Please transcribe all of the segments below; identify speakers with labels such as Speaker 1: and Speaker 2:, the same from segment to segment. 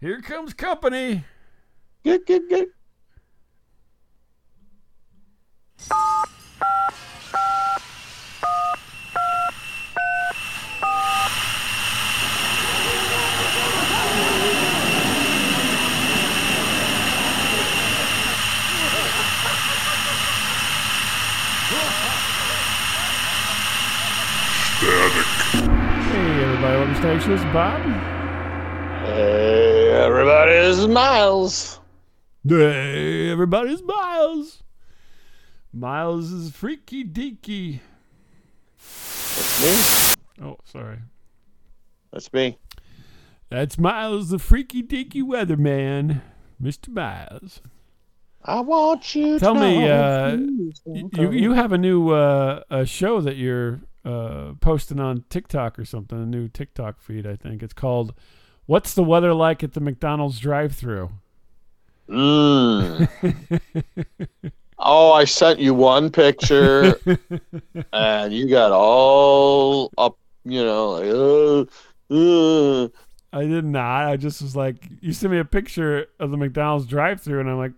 Speaker 1: Here comes company.
Speaker 2: Good, good, good.
Speaker 1: Hey, everybody. Welcome to Static Show. This is Bob.
Speaker 2: Hey, everybody, this is Miles.
Speaker 1: Hey, everybody's Miles. Miles is freaky deaky.
Speaker 2: That's me.
Speaker 1: Oh, sorry.
Speaker 2: That's me.
Speaker 1: That's Miles, the freaky deaky weatherman, Mr. Miles.
Speaker 2: I want you
Speaker 1: Tell
Speaker 2: to
Speaker 1: me,
Speaker 2: know.
Speaker 1: uh,
Speaker 2: me,
Speaker 1: Y- You you have a new uh, a show that you're uh, posting on TikTok or something, a new TikTok feed. I think it's called "What's the Weather Like at the McDonald's Drive-Through."
Speaker 2: Mm. oh, I sent you one picture, and you got all up, you know, like, oh, oh.
Speaker 1: I did not. I just was like, you sent me a picture of the McDonald's drive-through, and I'm like,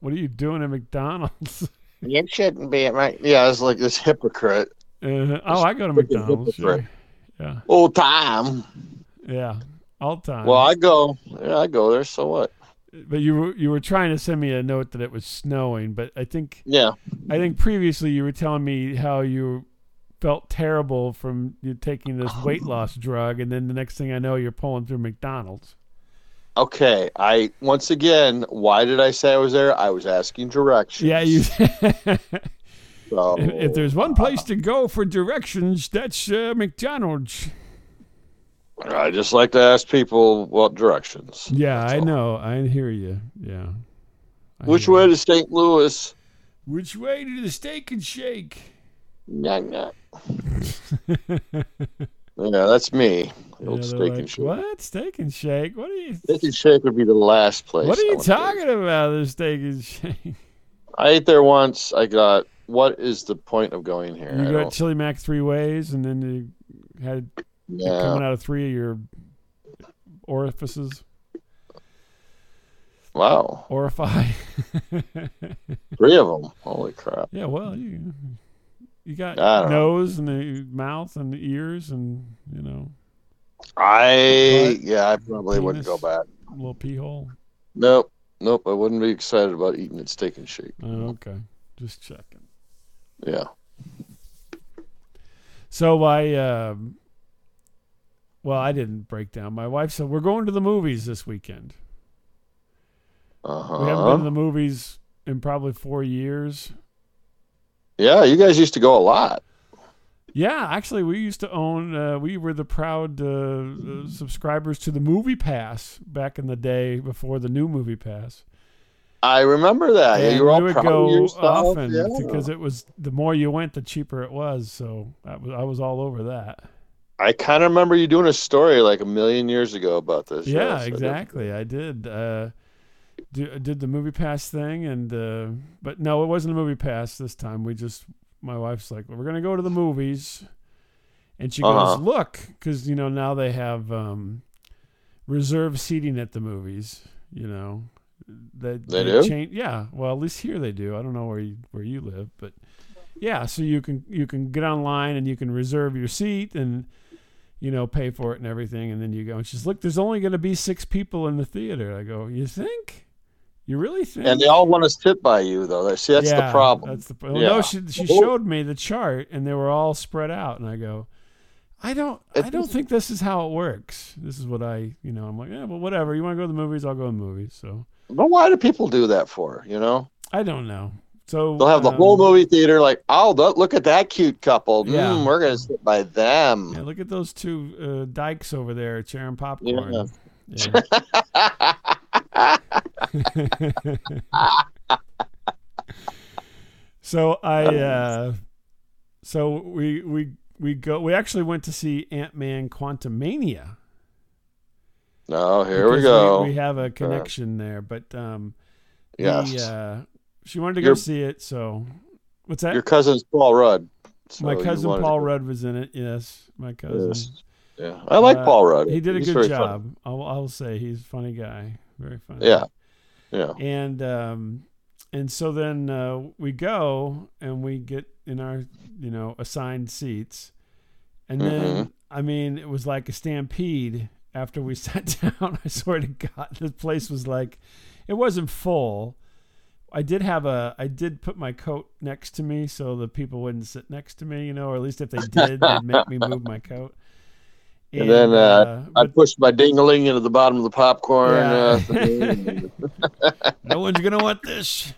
Speaker 1: what are you doing at McDonald's?
Speaker 2: You shouldn't be at my. Yeah, it's like this hypocrite.
Speaker 1: Uh, oh, I go to
Speaker 2: Freaking
Speaker 1: McDonald's.
Speaker 2: hypocrite.
Speaker 1: sure. Yeah,
Speaker 2: Old time.
Speaker 1: yeah, all the time.
Speaker 2: Well, I go. Yeah, I go there. So what?
Speaker 1: but you were you were trying to send me a note that it was snowing, but I think
Speaker 2: Yeah.
Speaker 1: I think previously you were telling me how you felt terrible from you taking this
Speaker 2: Oh.
Speaker 1: weight loss drug, and then the next thing I know, you're pulling through McDonald's.
Speaker 2: Okay. I once again. Why did I say I was there? I was asking directions.
Speaker 1: Yeah, you. if,
Speaker 2: So,
Speaker 1: if there's one place to go for directions, that's uh, McDonald's.
Speaker 2: I just like to ask people what directions.
Speaker 1: Yeah,
Speaker 2: That's
Speaker 1: I
Speaker 2: all.
Speaker 1: know. I hear you. Yeah. I
Speaker 2: Which
Speaker 1: hear
Speaker 2: way
Speaker 1: you.
Speaker 2: to St. Louis?
Speaker 1: Which way to the steak and shake?
Speaker 2: Knock, knock. Yeah, that's me.
Speaker 1: Yeah,
Speaker 2: Old
Speaker 1: they're
Speaker 2: steak
Speaker 1: like,
Speaker 2: and shake.
Speaker 1: What steak and shake? What are you?
Speaker 2: Steak and shake would be the last place.
Speaker 1: What are
Speaker 2: I
Speaker 1: you
Speaker 2: went to.
Speaker 1: talking about? The steak and shake.
Speaker 2: I ate there once. I got. What is the point of going here? I
Speaker 1: You got
Speaker 2: don't-
Speaker 1: chili mac three ways, and then you had it
Speaker 2: yeah.
Speaker 1: coming out of three of your orifices,
Speaker 2: Wow.
Speaker 1: orify.
Speaker 2: Three of them. Holy crap.
Speaker 1: yeah, well, you you got
Speaker 2: I don't know.
Speaker 1: nose and the mouth and the ears and you know
Speaker 2: I
Speaker 1: But-
Speaker 2: yeah. I probably wouldn't go
Speaker 1: Penis.
Speaker 2: back.
Speaker 1: little pee hole.
Speaker 2: Nope. Nope. I wouldn't be excited about eating at steak and shake.
Speaker 1: Oh, okay, just checking.
Speaker 2: Yeah.
Speaker 1: So I, um, well, I didn't break down. My wife said we're going to the movies this weekend.
Speaker 2: Uh
Speaker 1: We haven't been to
Speaker 2: huh.
Speaker 1: the movies in probably four years.
Speaker 2: Yeah. You guys used to go a lot.
Speaker 1: Yeah, actually, we used to own. Uh, we were the proud uh, uh, subscribers to the Movie Pass back in the day before the new Movie Pass.
Speaker 2: I remember that. Yeah,
Speaker 1: And
Speaker 2: you were all
Speaker 1: we would
Speaker 2: proud
Speaker 1: go
Speaker 2: of yourself.
Speaker 1: often
Speaker 2: yeah.
Speaker 1: because it was the more you went, the cheaper it was. So I was, I was all over that.
Speaker 2: I kind of remember you doing a story like a million years ago about this.
Speaker 1: yeah,
Speaker 2: Yes, I did.
Speaker 1: exactly. I did. Uh, do, I did the Movie Pass thing, and uh, but no, it wasn't a Movie Pass this time. We just my wife's like, we're gonna go to the movies, and she
Speaker 2: Uh-huh.
Speaker 1: goes, look, because you know now they have um, reserved seating at the movies. You know, they,
Speaker 2: They do?
Speaker 1: Change, yeah, well, at least here they do. I don't know where you, where you live, but yeah, so you can you can get online and you can reserve your seat and you know pay for it and everything, and then you go. And she's look, there's only going to be six people in the theater. I go, you think? You really think?
Speaker 2: And they all want to sit by you, though. See, that's
Speaker 1: Yeah,
Speaker 2: the problem.
Speaker 1: That's the problem.
Speaker 2: Yeah.
Speaker 1: No, she she showed me the chart, and they were all spread out, and I go. I don't. I
Speaker 2: It
Speaker 1: don't
Speaker 2: doesn't-
Speaker 1: think this is how it works. This is what I, you know, I'm like, yeah, well, whatever. You want to go to the movies? I'll go to the movies. So
Speaker 2: But why do people do that for? You know,
Speaker 1: I don't know. So
Speaker 2: they'll have the
Speaker 1: um,
Speaker 2: whole movie theater like, oh, look, look at that cute couple.
Speaker 1: Yeah.
Speaker 2: Mm, we're gonna sit by them.
Speaker 1: Yeah, look at those two uh, dykes over there sharing popcorn.
Speaker 2: Yeah.
Speaker 1: Yeah. so I, uh, so we we we go. We actually went to see Ant Man Quantumania.
Speaker 2: No, here we
Speaker 1: because
Speaker 2: go.
Speaker 1: We, have a connection there, but um, the,
Speaker 2: yes,
Speaker 1: uh, she wanted to go
Speaker 2: Your-
Speaker 1: see it. So what's that?
Speaker 2: your cousin's Paul Rudd. So
Speaker 1: uh, my
Speaker 2: you
Speaker 1: cousin
Speaker 2: wanted-
Speaker 1: Paul Rudd was in it. Yes, my cousin.
Speaker 2: Yes. Yeah, I like
Speaker 1: Uh,
Speaker 2: Paul Rudd.
Speaker 1: He did a
Speaker 2: He's
Speaker 1: good
Speaker 2: very funny.
Speaker 1: job. I'll, I'll say he's a funny guy. Very funny.
Speaker 2: Yeah, yeah.
Speaker 1: and um and so then uh, we go and we get in our you know assigned seats and
Speaker 2: Mm-hmm.
Speaker 1: then i mean it was like a stampede after we sat down i swear to god the place was like it wasn't full i did have a i did put my coat next to me so the people wouldn't sit next to me you know or at least if they did they'd make me move my coat
Speaker 2: And then, uh, I
Speaker 1: but
Speaker 2: pushed my dingling into the bottom of the popcorn.
Speaker 1: Yeah.
Speaker 2: Uh, thing.
Speaker 1: no one's gonna want this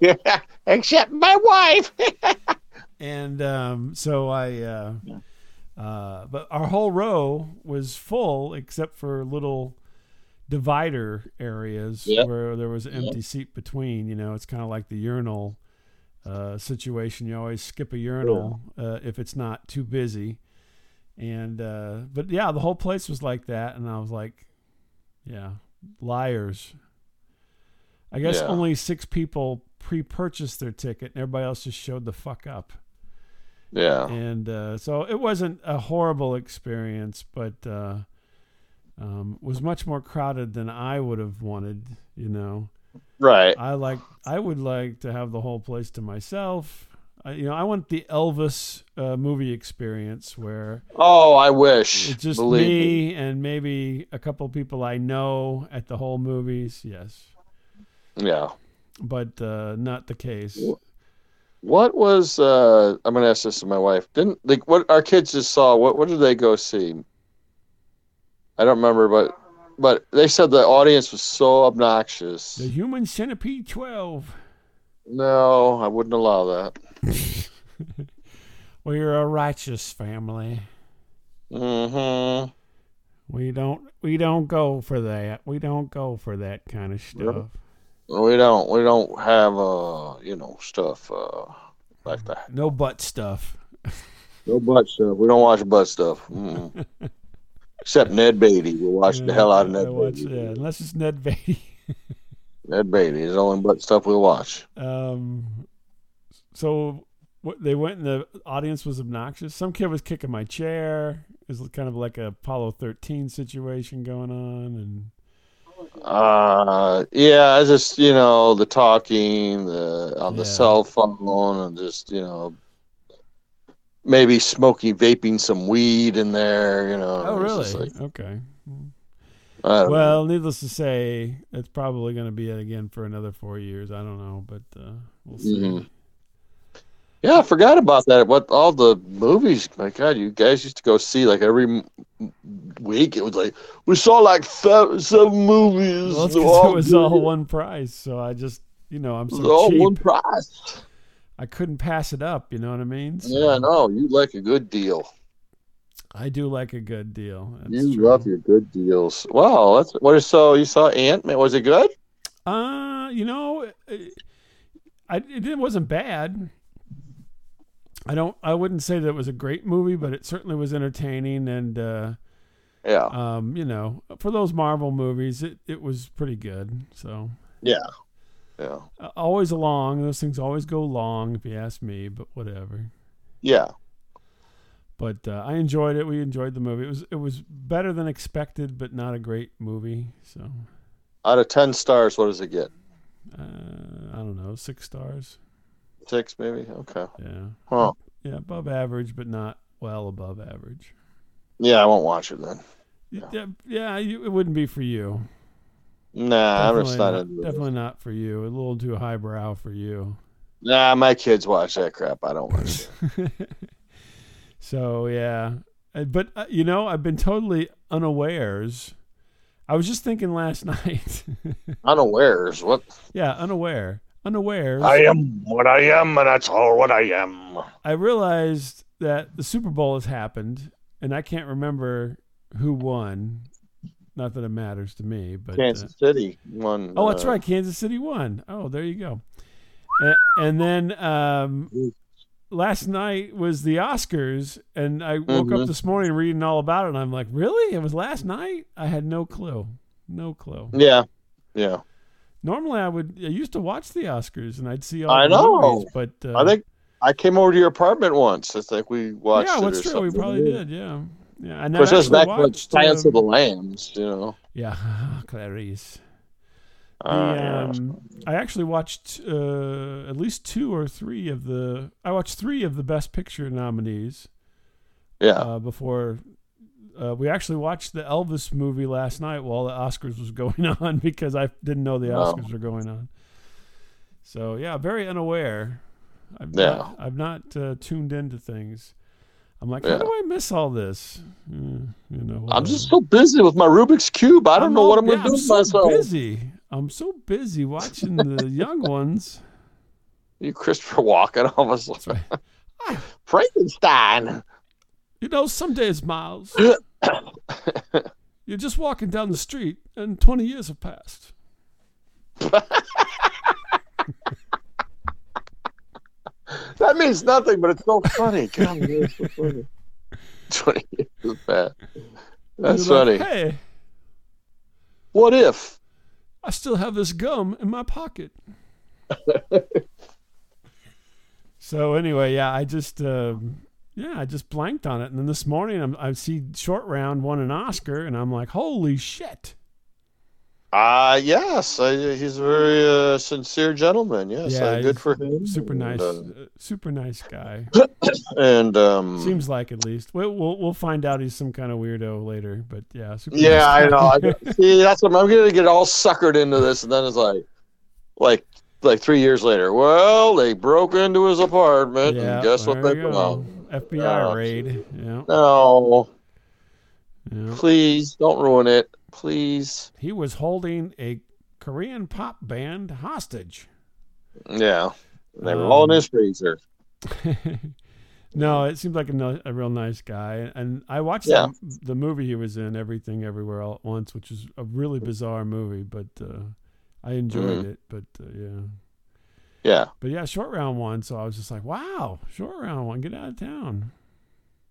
Speaker 2: yeah, except my wife.
Speaker 1: and um, so I, uh, uh, but our whole row was full except for little divider areas
Speaker 2: Yeah.
Speaker 1: where there was an empty seat between. You know, it's kind of like the urinal uh, situation. You always skip a urinal uh, if it's not too busy. And uh, but yeah, the whole place was like that, and I was like, yeah, liars. I guess
Speaker 2: Yeah.
Speaker 1: only six people pre-purchased their ticket, and everybody else just showed the fuck up
Speaker 2: Yeah,
Speaker 1: and uh, so it wasn't a horrible experience, but uh, um, was much more crowded than I would have wanted. You know,
Speaker 2: right.
Speaker 1: I like I would like to have the whole place to myself. I, you know, I want the Elvis uh, movie experience where
Speaker 2: Oh, I wish.
Speaker 1: it's just me
Speaker 2: Believe
Speaker 1: and maybe a couple people I know at the whole movies. Yes,
Speaker 2: me. Yeah.
Speaker 1: but uh, not the case.
Speaker 2: What was? uh I'm gonna ask this to my wife. Didn't like what our kids just saw? What What did they go see? I don't remember, but but they said the audience was so obnoxious.
Speaker 1: The Human Centipede Twelve.
Speaker 2: No, I wouldn't allow that.
Speaker 1: We're a righteous family.
Speaker 2: Mm-hmm.
Speaker 1: We don't we don't go for that. We don't go for that kind of stuff.
Speaker 2: We don't we don't have uh you know stuff uh like that.
Speaker 1: No butt stuff.
Speaker 2: No butt stuff. We don't watch butt stuff. Mm. Except Ned Beatty. We watch
Speaker 1: You
Speaker 2: the
Speaker 1: know,
Speaker 2: hell out of
Speaker 1: I
Speaker 2: Ned
Speaker 1: watch-
Speaker 2: Beatty.
Speaker 1: yeah, unless it's Ned Beatty.
Speaker 2: Ned Beatty is the only butt stuff we watch.
Speaker 1: Um, so what, they went and the audience was obnoxious. Some kid was kicking my chair. It was kind of like a Apollo 13 situation going on. And
Speaker 2: Uh, yeah, I just you know the talking, the on the
Speaker 1: Yeah.
Speaker 2: cell phone, and just you know maybe Smokey vaping some weed in there. You know.
Speaker 1: Oh,
Speaker 2: it's
Speaker 1: really?
Speaker 2: just like,
Speaker 1: okay.
Speaker 2: I don't know.
Speaker 1: Well, needless to say, it's probably going to be it again for another four years. I don't know, but uh, we'll see.
Speaker 2: Mhm. Yeah, I forgot about that. What all the movies? My God, you guys used to go see like every m- m- week. It was like we saw like seven, seven movies.
Speaker 1: Well, it's
Speaker 2: They're
Speaker 1: 'cause it was all
Speaker 2: good.
Speaker 1: one price, so I just, you know, I'm
Speaker 2: It was
Speaker 1: so
Speaker 2: all
Speaker 1: cheap.
Speaker 2: one price.
Speaker 1: I couldn't pass it up. You know what I mean? So
Speaker 2: Yeah, no, you like a good deal.
Speaker 1: I do like a good deal. That's
Speaker 2: you
Speaker 1: true.
Speaker 2: love your good deals. Wow, that's what is so. You saw Ant Man? Was it good?
Speaker 1: Uh, you know, it, I it, it wasn't bad. I don't. I wouldn't say that it was a great movie, but it certainly was entertaining, and uh,
Speaker 2: Yeah,
Speaker 1: um, you know, for those Marvel movies, it it was pretty good. So
Speaker 2: yeah,
Speaker 1: uh, always along, those things always go long, if you ask me. But whatever.
Speaker 2: yeah.
Speaker 1: but uh, I enjoyed it. We enjoyed the movie. It was it was better than expected, but not a great movie. So
Speaker 2: Out of ten stars, what does it get?
Speaker 1: uh, I don't know, six stars.
Speaker 2: Six, maybe. Okay.
Speaker 1: Yeah,
Speaker 2: Huh.
Speaker 1: yeah, above average, but not well above average.
Speaker 2: Yeah, I won't watch it then.
Speaker 1: Yeah, yeah, you, it wouldn't be for you.
Speaker 2: Nah, I'm
Speaker 1: definitely
Speaker 2: just not,
Speaker 1: not,
Speaker 2: into it.
Speaker 1: definitely not for you. A little too highbrow for you.
Speaker 2: Nah, my kids watch that crap. I don't watch it.
Speaker 1: so yeah, Uh, but uh, you know, I've been totally unawares. I was just thinking last night.
Speaker 2: Unawares, what
Speaker 1: yeah, unaware, unawares.
Speaker 2: am what I am, and that's all what I am.
Speaker 1: I realized that the Super Bowl has happened, and I can't remember who won. Not that it matters to me, but uh,
Speaker 2: Kansas City won.
Speaker 1: oh, that's
Speaker 2: uh,
Speaker 1: right, Kansas City won. Oh, there you go. And, and then um, last night was the Oscars, and I woke up
Speaker 2: Mhm.
Speaker 1: this morning reading all about it, and I'm like, really? It was last night? I had no clue. No clue.
Speaker 2: Yeah, yeah.
Speaker 1: Normally, I would. I used to watch the Oscars, and I'd see all.
Speaker 2: I
Speaker 1: the
Speaker 2: know.
Speaker 1: movies, but uh,
Speaker 2: I think I came over to your apartment once. It's like we watched.
Speaker 1: yeah,
Speaker 2: it
Speaker 1: what's
Speaker 2: or
Speaker 1: true?
Speaker 2: Something.
Speaker 1: We probably did. Yeah. Yeah, and
Speaker 2: Of course,
Speaker 1: then
Speaker 2: that's
Speaker 1: actually
Speaker 2: back when
Speaker 1: watched,
Speaker 2: Silence of
Speaker 1: um,
Speaker 2: the Lambs, you know.
Speaker 1: Yeah, Clarice. The,
Speaker 2: Uh, yeah.
Speaker 1: um, I actually watched uh, at least two or three of the. I watched three of the Best Picture nominees
Speaker 2: yeah.
Speaker 1: uh, before. Uh, we actually watched the Elvis movie last night while the Oscars was going on because I didn't know the
Speaker 2: Wow.
Speaker 1: Oscars were going on. So yeah, very unaware. I've not, I've not uh, tuned into things. I'm like, how
Speaker 2: Yeah.
Speaker 1: do I miss all this? Mm, you know,
Speaker 2: I'm
Speaker 1: whatever.
Speaker 2: just so busy with my Rubik's Cube. I don't know
Speaker 1: all-
Speaker 2: what I'm going
Speaker 1: yeah,
Speaker 2: to do with
Speaker 1: so
Speaker 2: myself.
Speaker 1: Busy. I'm so busy watching the young ones.
Speaker 2: You Christopher Walken almost
Speaker 1: That's right.
Speaker 2: Frankenstein.
Speaker 1: You know, some days, Miles, you're just walking down the street and 20 years have passed.
Speaker 2: That means nothing, but it's so funny. God, it's so funny. 20 years is bad. That's
Speaker 1: You're
Speaker 2: funny.
Speaker 1: like, hey,
Speaker 2: What if?
Speaker 1: I still have this gum in my pocket. so anyway, yeah, I just um yeah, I just blanked on it, and then this morning I'm, I see Short Round won an Oscar, and I'm like, holy shit!
Speaker 2: Uh, yes. I, he's a very uh, sincere gentleman. Yes.
Speaker 1: Yeah,
Speaker 2: uh, good
Speaker 1: he's
Speaker 2: for him.
Speaker 1: Super
Speaker 2: And,
Speaker 1: nice,
Speaker 2: uh,
Speaker 1: uh, super nice guy.
Speaker 2: And, um,
Speaker 1: Seems like at least we'll we'll, we'll find out he's some kind of weirdo later, but yeah, super
Speaker 2: yeah, I
Speaker 1: nice
Speaker 2: know.
Speaker 1: guy.
Speaker 2: I- See, that's what I'm, I'm going to get all suckered into this. And then it's like, like, like three years later, well, they broke into his apartment,
Speaker 1: yeah,
Speaker 2: and guess what
Speaker 1: there
Speaker 2: they
Speaker 1: you go.
Speaker 2: found?
Speaker 1: FBI
Speaker 2: Yeah.
Speaker 1: raid. Yeah,
Speaker 2: No,
Speaker 1: yeah.
Speaker 2: please don't ruin it, please.
Speaker 1: He was holding a Korean pop band hostage.
Speaker 2: Yeah, they were
Speaker 1: Um,
Speaker 2: all in his freezer.
Speaker 1: no, it seemed like a, no, a real nice guy, and I watched
Speaker 2: Yeah.
Speaker 1: the, the movie he was in, Everything Everywhere All at Once, which is a really bizarre movie, but uh, I enjoyed
Speaker 2: Mm.
Speaker 1: it. But uh, yeah,
Speaker 2: Yeah.
Speaker 1: but yeah, short round one. So I was just like, wow, short round one, get out of town.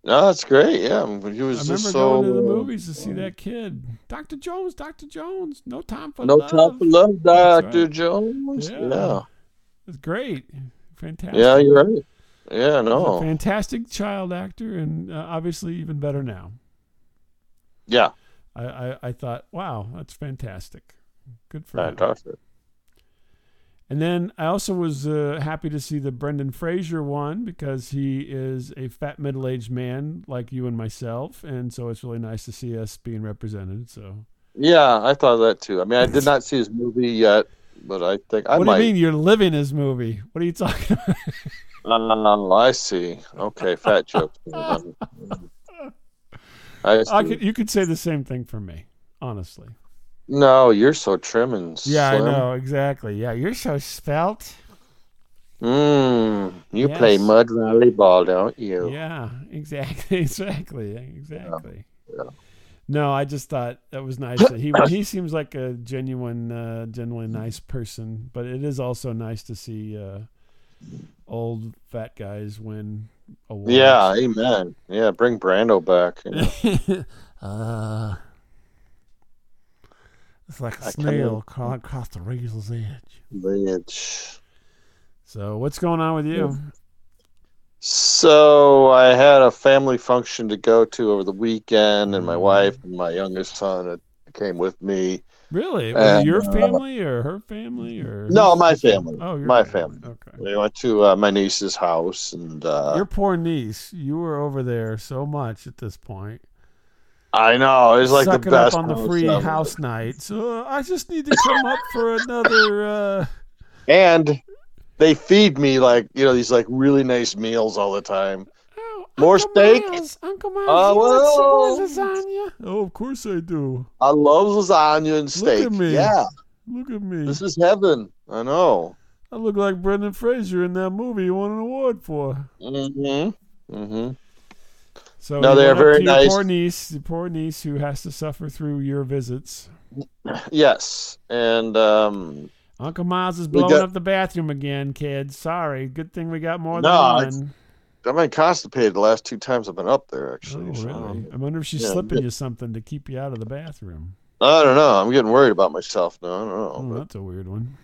Speaker 2: No, that's great. Yeah, he
Speaker 1: I
Speaker 2: was
Speaker 1: remember
Speaker 2: just so.
Speaker 1: going to the movies to see that kid, Doctor Jones, Doctor Jones. No time for
Speaker 2: No
Speaker 1: love.
Speaker 2: time for love,
Speaker 1: That's
Speaker 2: Doctor
Speaker 1: right.
Speaker 2: Jones.
Speaker 1: Yeah.
Speaker 2: Yeah,
Speaker 1: It's great, fantastic.
Speaker 2: yeah, you're right. Oh. Yeah,
Speaker 1: He's a
Speaker 2: no,
Speaker 1: fantastic child actor, and uh, obviously even better now.
Speaker 2: yeah,
Speaker 1: I, I, I thought, wow, that's fantastic. Good for him.
Speaker 2: fantastic.
Speaker 1: And then I also was uh, happy to see the Brendan Fraser one because he is a fat middle aged man like you and myself, and so it's really nice to see us being represented. So
Speaker 2: Yeah, I thought of that too. I mean, I did not see his movie yet, but I think I
Speaker 1: what
Speaker 2: might.
Speaker 1: do you mean you're living his movie? What are you talking about?
Speaker 2: Oh, I see. Okay, fat joke. I see.
Speaker 1: I could, e- you could say the same thing for me, honestly.
Speaker 2: No, you're so trim and
Speaker 1: Yeah, I
Speaker 2: slim.
Speaker 1: know exactly. Yeah, you're so spelt.
Speaker 2: Mm, you play
Speaker 1: Yes.
Speaker 2: mud volleyball, don't you?
Speaker 1: Yeah, exactly, exactly, exactly.
Speaker 2: yeah.
Speaker 1: No, I just thought that was nice. That he he seems like a genuine, uh, genuinely nice person. But it is also nice to see uh, old fat guys win awards.
Speaker 2: Yeah, amen. Yeah, bring Brando back. you know.
Speaker 1: uh, it's like
Speaker 2: a I snail
Speaker 1: crawling across the razor's edge.
Speaker 2: Bitch.
Speaker 1: So what's going on with you?
Speaker 2: So I had a family function to go to over the weekend,
Speaker 1: Mm-hmm.
Speaker 2: and my wife and my youngest son had- came with me.
Speaker 1: Really? Was it your
Speaker 2: Uh,
Speaker 1: family or her family or
Speaker 2: No, my family.
Speaker 1: Oh, your
Speaker 2: My
Speaker 1: Okay.
Speaker 2: We went to uh, my niece's house, and uh,
Speaker 1: Your poor niece. You were over there so much at this point.
Speaker 2: I know it was like
Speaker 1: Sucking
Speaker 2: the best
Speaker 1: up on the free
Speaker 2: ever.
Speaker 1: house nights. Uh, I just need to come up for another. Uh...
Speaker 2: and they feed me like you know these like really nice meals all the time.
Speaker 1: Oh,
Speaker 2: More
Speaker 1: Uncle
Speaker 2: steak?
Speaker 1: Miles, Uncle Miles,
Speaker 2: Oh,
Speaker 1: you want some
Speaker 2: well.
Speaker 1: more lasagna? Oh, of course I do.
Speaker 2: I love lasagna and steak.
Speaker 1: at me.
Speaker 2: Yeah,
Speaker 1: Look at me.
Speaker 2: this is heaven. I know.
Speaker 1: I look like Brendan Fraser in that movie you won an award for.
Speaker 2: Mm-hmm. Mm-hmm.
Speaker 1: So
Speaker 2: No,
Speaker 1: you
Speaker 2: they
Speaker 1: went
Speaker 2: are
Speaker 1: up
Speaker 2: very
Speaker 1: to your
Speaker 2: nice.
Speaker 1: Poor niece, your poor niece who has to suffer through your visits.
Speaker 2: Yes, and um,
Speaker 1: Uncle Miles is
Speaker 2: We
Speaker 1: blowing
Speaker 2: got-
Speaker 1: up the bathroom again, kids. Sorry. Good thing we got more
Speaker 2: No,
Speaker 1: than
Speaker 2: it's-
Speaker 1: one.
Speaker 2: I've been constipated the last two times I've been up there.
Speaker 1: Oh,
Speaker 2: Actually, so-
Speaker 1: really? I wonder if she's
Speaker 2: Yeah,
Speaker 1: slipping
Speaker 2: but-
Speaker 1: you something to keep you out of the bathroom.
Speaker 2: Oh,
Speaker 1: Hmm,
Speaker 2: I don't know. I'm getting worried about myself now. I don't know.
Speaker 1: Oh, that's a weird one.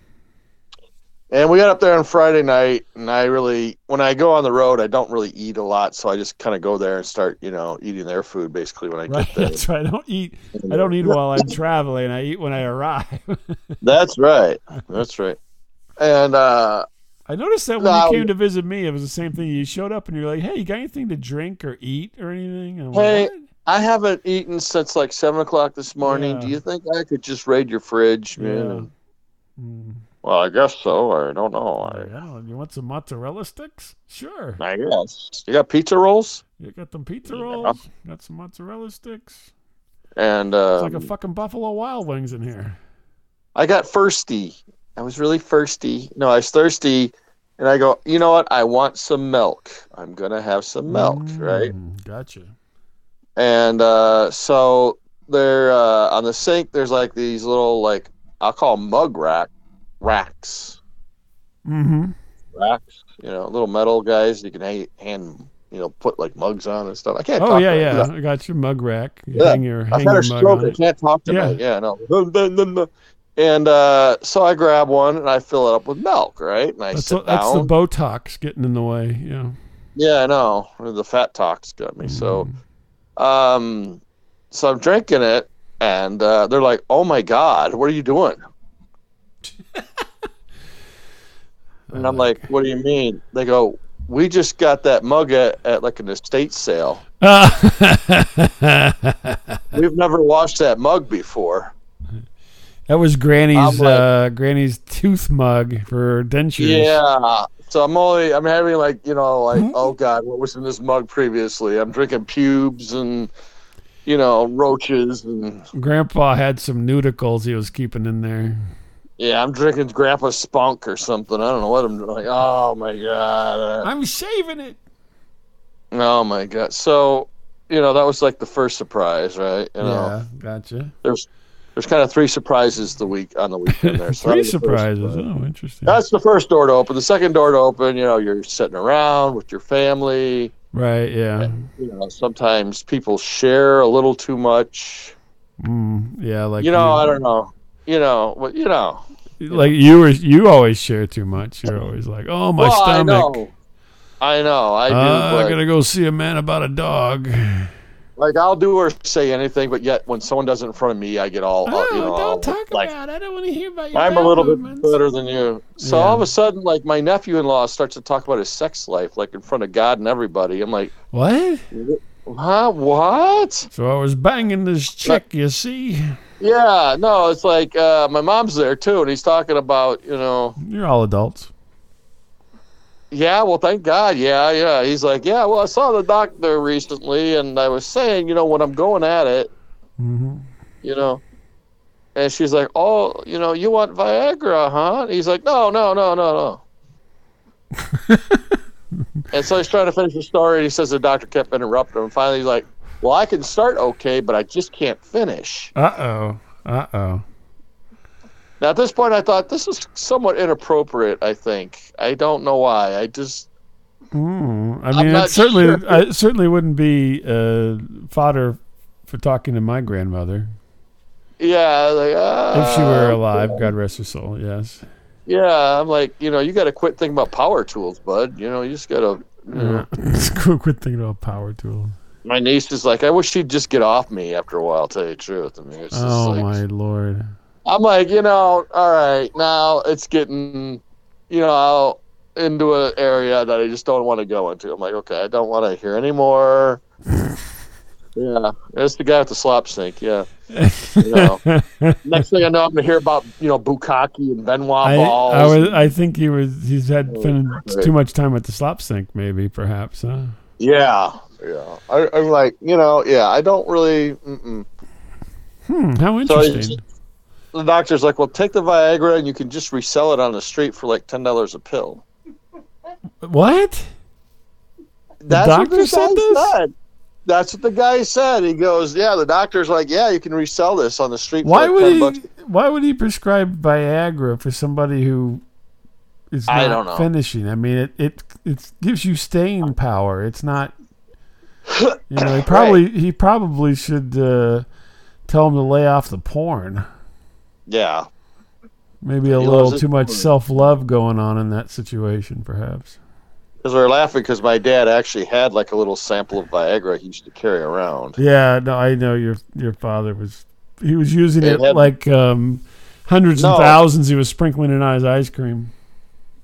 Speaker 2: And we got up there on Friday night, and I really, when I go on the road, I don't really eat a lot, so I just kind of go there and start, you know, eating their food basically when I
Speaker 1: Right.
Speaker 2: get there.
Speaker 1: That's right. I don't eat. I don't eat while I'm traveling. I eat when I arrive.
Speaker 2: That's right. That's right. And uh,
Speaker 1: I noticed that when
Speaker 2: No.
Speaker 1: you came to visit me, it was the same thing. You showed up and you're like, "Hey, you got anything to drink or eat or anything?" And I'm like,
Speaker 2: Hey,
Speaker 1: "What?"
Speaker 2: I haven't eaten since like seven o'clock this morning.
Speaker 1: Yeah.
Speaker 2: Do you think I could just raid your fridge, man?
Speaker 1: yeah. Mm,
Speaker 2: Well, I guess so. I don't know.
Speaker 1: I don't know. You want some mozzarella sticks? Sure.
Speaker 2: I, I guess you got pizza rolls
Speaker 1: You got them pizza
Speaker 2: Yeah.
Speaker 1: rolls. Got some mozzarella sticks.
Speaker 2: and
Speaker 1: It's
Speaker 2: uh,
Speaker 1: like a fucking Buffalo Wild Wings in here.
Speaker 2: I got thirsty. I was really thirsty. No, I was thirsty, and I go, you know what? I want some milk. I'm gonna have some milk, right?
Speaker 1: Mm, Gotcha.
Speaker 2: And uh, so there uh, on the sink, there's like these little like I'll call 'em mug rack racks,
Speaker 1: Mm-hmm.
Speaker 2: racks. You know, little metal guys you can ha- hand you know put like mugs on and stuff. I can't.
Speaker 1: Oh
Speaker 2: talk
Speaker 1: yeah,
Speaker 2: right now.
Speaker 1: yeah. I got your mug rack. You
Speaker 2: Yeah.
Speaker 1: hang your
Speaker 2: I've
Speaker 1: hang
Speaker 2: had
Speaker 1: your
Speaker 2: a
Speaker 1: mug
Speaker 2: stroke.
Speaker 1: on
Speaker 2: I
Speaker 1: it.
Speaker 2: can't talk tonight. Yeah, no. And uh, so I grab one and I fill it up with milk, right? And I
Speaker 1: That's,
Speaker 2: sit
Speaker 1: that's the
Speaker 2: down.
Speaker 1: Botox getting in the way. Yeah.
Speaker 2: yeah, I know. The fat talk's got me. So,
Speaker 1: Mm.
Speaker 2: um, so I'm drinking it, and uh, they're like, "Oh my god, what are you doing?" And I'm like, "What do you mean?" They go, "We just got that mug at, at like an estate sale.
Speaker 1: Uh, Ah.
Speaker 2: We've never washed that mug before."
Speaker 1: That was
Speaker 2: I'm
Speaker 1: Granny's
Speaker 2: like-
Speaker 1: uh, Granny's tooth mug for dentures.
Speaker 2: Yeah. So I'm only I'm having like you know like
Speaker 1: Mhm.
Speaker 2: oh god what was in this mug previously? I'm drinking pubes and you know roaches and
Speaker 1: Grandpa had some nudicles he was keeping in there.
Speaker 2: yeah I'm drinking Grandpa Spunk or something. I don't know what I'm like. Oh my god.
Speaker 1: I'm shaving it.
Speaker 2: Oh my god. So you know that was like the first surprise, right? You know
Speaker 1: yeah, gotcha.
Speaker 2: there's there's kind of three surprises the week on the weekend there. So that
Speaker 1: Three
Speaker 2: was the first
Speaker 1: surprises.
Speaker 2: surprise.
Speaker 1: Oh, interesting.
Speaker 2: That's the first door to open. The second door to open, you know, you're sitting around with your family.
Speaker 1: right. Yeah.
Speaker 2: you know, sometimes people share a little too much.
Speaker 1: Mm, yeah. Like
Speaker 2: you know, I don't know. You know, what you know.
Speaker 1: Like you were. You always share too much. You're always like, oh my
Speaker 2: well, I
Speaker 1: stomach.
Speaker 2: know. I know. I do.
Speaker 1: Uh,
Speaker 2: but,
Speaker 1: I gotta go see a man about a dog.
Speaker 2: Like I'll do or say anything, but yet when someone does it in front of me, I get all. uh, you know, like,
Speaker 1: Oh, about. it. I don't want to hear about
Speaker 2: I'm a little bit better than you. So
Speaker 1: Yeah.
Speaker 2: all of a sudden, like my nephew-in-law starts to talk about his sex life, like in front of God and everybody. I'm like,
Speaker 1: What?
Speaker 2: huh? What?
Speaker 1: So I was banging this chick. You see,
Speaker 2: Yeah. No, it's like uh, my mom's there too, and he's talking about you know.
Speaker 1: you're all adults.
Speaker 2: Yeah, well, thank God. Yeah, yeah. He's like, yeah. Well, I saw the doctor recently, and I was saying, you know, when I'm going at it,
Speaker 1: Mm-hmm.
Speaker 2: you know, and she's like, oh, you know, you want Viagra, huh? And he's like, no, no, no, no, no. and so he's trying to finish the story, and he says the doctor kept interrupting him. Finally, he's like, well, I can start okay, but I just can't finish.
Speaker 1: Uh oh. Uh oh.
Speaker 2: Now at this point, I thought this is somewhat inappropriate. I think I don't know why. I just
Speaker 1: Mm. I
Speaker 2: I'm
Speaker 1: mean,
Speaker 2: not
Speaker 1: it certainly,
Speaker 2: sure.
Speaker 1: I it certainly wouldn't be uh, fodder for talking to my grandmother
Speaker 2: yeah, like
Speaker 1: if she were
Speaker 2: ah,
Speaker 1: alive. God rest her soul. Yes.
Speaker 2: Yeah, I'm like, you know, you got to quit thinking about power tools, bud. You know, you just got to.
Speaker 1: Uh, It's cool. Quit thinking about power tool.
Speaker 2: My niece is like, I wish she'd just get off me after a while. Tell you the truth, I mean, it's just
Speaker 1: Oh
Speaker 2: like,
Speaker 1: my lord.
Speaker 2: I'm like, you know, all right, now it's getting, you know, into an area that I just don't want to go into. I'm like, okay, I don't want to hear anymore. yeah, it's the guy with the slop sink. Yeah, you know. Next thing I know, I'm gonna hear about you know Bukaki and Benoit
Speaker 1: I,
Speaker 2: balls.
Speaker 1: I was. I think he was. He's had
Speaker 2: Oh,
Speaker 1: spent
Speaker 2: great.
Speaker 1: too much time at the slop sink. Maybe, perhaps. Huh?
Speaker 2: Yeah, yeah. I, I'm like, you know, yeah. I don't really. Mm-mm.
Speaker 1: Hmm. How
Speaker 2: So
Speaker 1: interesting.
Speaker 2: it's- the doctor's like, well, take the Viagra and you can just resell it on the street for like ten dollars a pill.
Speaker 1: what?
Speaker 2: That's
Speaker 1: doctor said this?
Speaker 2: said. That's what the guy said. He goes, yeah. The doctor's like, yeah, you can resell this on the street.
Speaker 1: Why
Speaker 2: for like
Speaker 1: would
Speaker 2: 10 bucks.
Speaker 1: he? Why would he prescribe Viagra for somebody who is not
Speaker 2: I don't know.
Speaker 1: finishing? I mean, it it it gives you staying power. It's not. You know, he probably he probably should uh, tell him to lay off the porn.
Speaker 2: Yeah.
Speaker 1: Maybe a
Speaker 2: He
Speaker 1: little
Speaker 2: loves it.
Speaker 1: too much self love going on in that situation, perhaps.
Speaker 2: Because we were laughing because my dad actually had like a little sample of Viagra he used to carry around.
Speaker 1: Yeah, no, I know your your father was he was using
Speaker 2: It
Speaker 1: it,
Speaker 2: had-
Speaker 1: like um, hundreds
Speaker 2: No.
Speaker 1: and thousands. He was sprinkling it on his ice cream.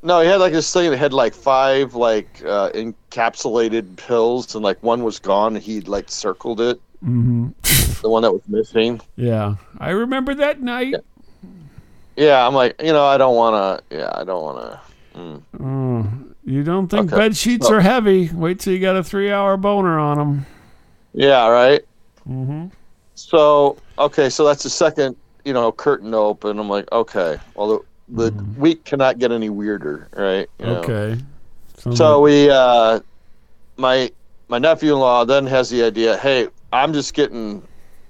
Speaker 2: No, he had like this thing that had like five like uh, encapsulated pills, and like one was gone. And he'd like circled it,
Speaker 1: hmm
Speaker 2: the one that was missing.
Speaker 1: Yeah, I remember that night.
Speaker 2: Yeah, I'm like, you know, I don't want to. Yeah, I don't want to.
Speaker 1: Oh, you don't think
Speaker 2: Okay,
Speaker 1: bed sheets
Speaker 2: so-
Speaker 1: are heavy? Wait till you got a three hour boner on them.
Speaker 2: Yeah, right.
Speaker 1: Mm-hmm.
Speaker 2: So okay, so that's the second, you know, curtain to open. I'm like, okay, well, the, the week cannot get any weirder, right? You know?
Speaker 1: Hmm. Okay. Sounds
Speaker 2: So we, uh, my my nephew-in-law then has the idea. Hey, I'm just getting.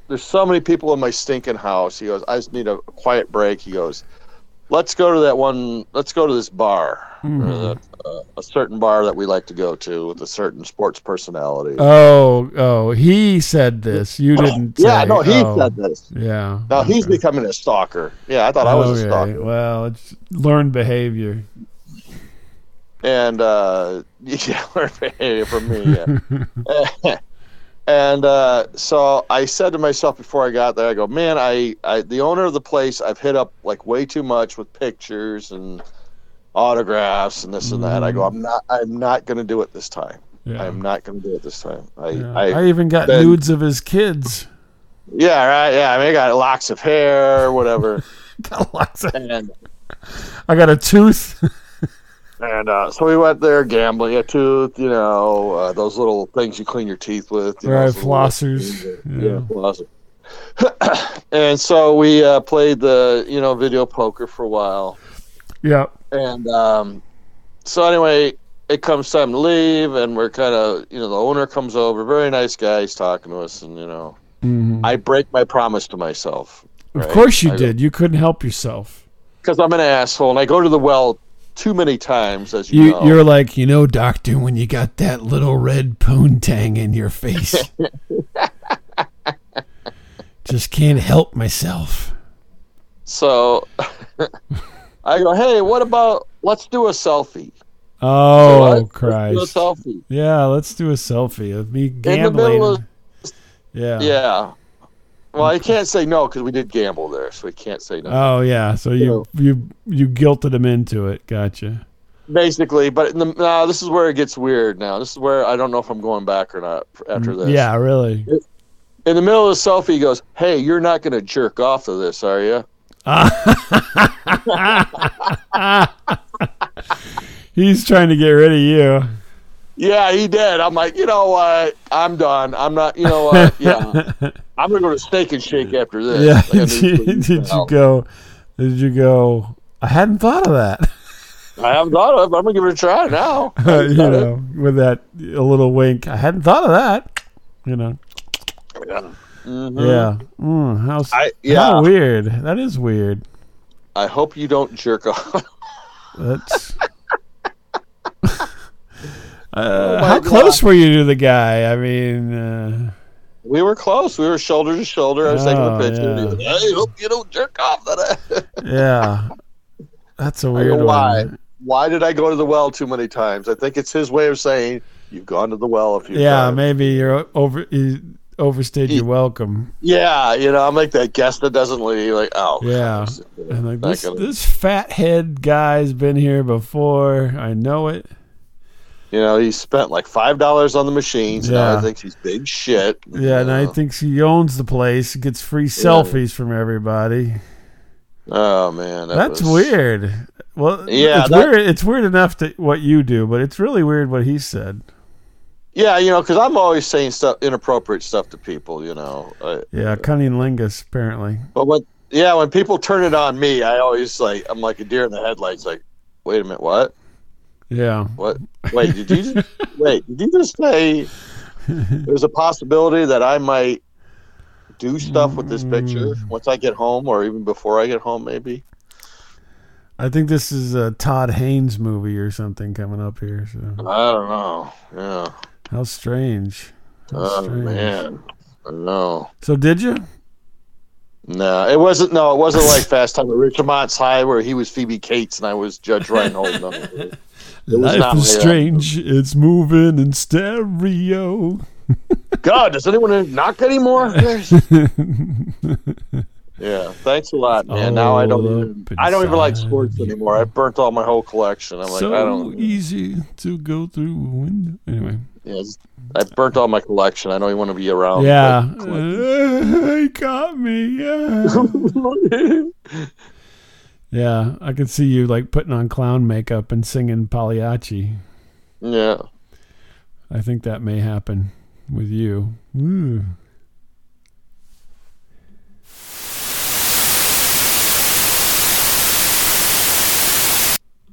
Speaker 2: There's so many people in my stinking house. He goes, I just need a quiet break. He goes, let's go to that one. Let's go to this bar, or
Speaker 1: Mhm.
Speaker 2: the, uh, a certain bar that we like to go to with a certain sports personality.
Speaker 1: Oh, oh, he said this. You didn't.
Speaker 2: Oh, yeah,
Speaker 1: say-
Speaker 2: no, he
Speaker 1: oh,
Speaker 2: said this.
Speaker 1: Yeah.
Speaker 2: Now he's
Speaker 1: okay. Oh,
Speaker 2: becoming a stalker. Yeah, I thought I was a
Speaker 1: Okay,
Speaker 2: stalker.
Speaker 1: Well, it's learned behavior.
Speaker 2: and uh, yeah, we're paying it for me. yeah. and uh, so I said to myself before I got there, I go, man, I, I the owner of the place, I've hit up like way too much with pictures and autographs and this and that. I go, I'm not, I'm not going to do it this time.
Speaker 1: Mm. Yeah.
Speaker 2: I'm not going to do it this time. I,
Speaker 1: yeah.
Speaker 2: I,
Speaker 1: I even got
Speaker 2: been-
Speaker 1: nudes of his kids.
Speaker 2: yeah, right, yeah. I mean, I got locks of hair, whatever,
Speaker 1: Got lots of-
Speaker 2: and
Speaker 1: I got a tooth.
Speaker 2: And uh, so we went there gambling a tooth, you know, uh, those little things you clean your teeth with. You know,
Speaker 1: Right,
Speaker 2: those little-
Speaker 1: flossers,
Speaker 2: Yeah,
Speaker 1: yeah.
Speaker 2: flossers. and so we uh, played the, you know, video poker for a while.
Speaker 1: yeah.
Speaker 2: And um, so anyway, it comes time to leave, and we're kind of, you know, the owner comes over, very nice guy, he's talking to us, and, you know,
Speaker 1: Mhm.
Speaker 2: I break my promise to myself.
Speaker 1: Of course you
Speaker 2: Mm-hmm. I-
Speaker 1: did. You couldn't help yourself.
Speaker 2: Because I'm an asshole, and I go to the well too many times, as you,
Speaker 1: You,
Speaker 2: know.
Speaker 1: You're like, you know, doctor, when you got that little red poontang in your face, just can't help myself.
Speaker 2: So I go, hey, what about let's do a selfie? So I-
Speaker 1: Oh
Speaker 2: Let's
Speaker 1: Christ!
Speaker 2: do a selfie.
Speaker 1: Yeah, let's do a selfie of me
Speaker 2: middle
Speaker 1: gambling.
Speaker 2: of-
Speaker 1: yeah.
Speaker 2: Yeah. Well, I can't say no because we did gamble there, so we can't say no.
Speaker 1: Oh yeah. So you you you guilted him into it. Gotcha.
Speaker 2: Basically, but in the, now this is where it gets weird. Now this is where I don't know if I'm going back or not f- after this.
Speaker 1: Mm, Yeah. Really.
Speaker 2: In the middle of the selfie, he goes, "Hey, you're not going to jerk off to this, are you?"
Speaker 1: He's trying to get rid of you.
Speaker 2: Yeah, he did. I'm like, you know what? I'm done. I'm not. You know what? Yeah, I'm gonna go to Steak and Shake after this.
Speaker 1: Yeah.
Speaker 2: Like, I need
Speaker 1: Did you,
Speaker 2: to-
Speaker 1: did you go? Did you go? I hadn't thought of that.
Speaker 2: I haven't thought of it. I'm gonna give it a try now.
Speaker 1: you know, with that a little wink. I hadn't thought of that. You know.
Speaker 2: Mhm.
Speaker 1: Yeah. Mm, how, s-
Speaker 2: I-
Speaker 1: how
Speaker 2: yeah.
Speaker 1: weird. That is weird.
Speaker 2: I hope you don't jerk off.
Speaker 1: That's.
Speaker 2: Oh
Speaker 1: Uh,
Speaker 2: my
Speaker 1: how close were you to the guy? I mean, uh,
Speaker 2: we were close. We were shoulder to shoulder. I was taking
Speaker 1: Oh,
Speaker 2: a picture. and he was,
Speaker 1: yeah.
Speaker 2: I hope you don't jerk off. That
Speaker 1: yeah, that's a
Speaker 2: I
Speaker 1: weird
Speaker 2: go, why?
Speaker 1: one.
Speaker 2: Why did I go to the well too many times? I think it's his way of saying you've gone to the well a few
Speaker 1: Yeah,
Speaker 2: times.
Speaker 1: maybe you're o- over you overstayed your welcome.
Speaker 2: Yeah, you know, I'm like that guest that doesn't leave. Like, oh,
Speaker 1: Yeah.
Speaker 2: Christ.
Speaker 1: And like
Speaker 2: Not
Speaker 1: this,
Speaker 2: gonna-
Speaker 1: this fat head guy's been here before. I know it.
Speaker 2: you know, he spent like five dollars on the machines. Yeah. Now
Speaker 1: Yeah.
Speaker 2: I think he's big shit. Uh,
Speaker 1: Yeah, and I
Speaker 2: You know?
Speaker 1: think he owns the place. Gets free selfies from everybody.
Speaker 2: Oh man, that
Speaker 1: That's
Speaker 2: was-
Speaker 1: weird. Well,
Speaker 2: Yeah,
Speaker 1: it's
Speaker 2: that-
Speaker 1: weird. It's weird enough to what you do, but it's really weird what he said.
Speaker 2: Yeah, you know, because I'm always saying stuff inappropriate stuff to people. You know, I,
Speaker 1: Yeah, cunnilingus apparently.
Speaker 2: But when yeah, when people turn it on me, I always like I'm like a deer in the headlights. Like, wait a minute, what?
Speaker 1: Yeah.
Speaker 2: What? Wait, did you just, wait? Did you just say there's a possibility that I might do stuff with this picture once I get home, or even before I get home, maybe?
Speaker 1: I think this is a Todd Haynes movie or something coming up here. So
Speaker 2: I don't know. Yeah.
Speaker 1: how strange. How
Speaker 2: Oh
Speaker 1: strange.
Speaker 2: man. I don't know.
Speaker 1: So did you?
Speaker 2: No, it wasn't. No, it wasn't like Fast Time at Richemont's High, where he was Phoebe Cates and I was Judge Reinhold. No, it was
Speaker 1: Life
Speaker 2: not
Speaker 1: is
Speaker 2: like that.
Speaker 1: strange. It's moving in stereo.
Speaker 2: God, does anyone knock anymore? yeah, thanks a lot, man. now I don't.
Speaker 1: All
Speaker 2: Even,
Speaker 1: up
Speaker 2: I don't even like
Speaker 1: inside
Speaker 2: sports
Speaker 1: you.
Speaker 2: anymore. I burnt all my whole collection. I'm like, I
Speaker 1: so
Speaker 2: don't.
Speaker 1: easy to go through a window. Anyway.
Speaker 2: Yeah, it's- I burnt all my collection. I don't even want to be around.
Speaker 1: yeah.
Speaker 2: that collection.
Speaker 1: Uh, he caught me. Yeah. yeah. I could see you like putting on clown makeup and singing Pagliacci.
Speaker 2: yeah.
Speaker 1: I think that may happen with you. Ooh.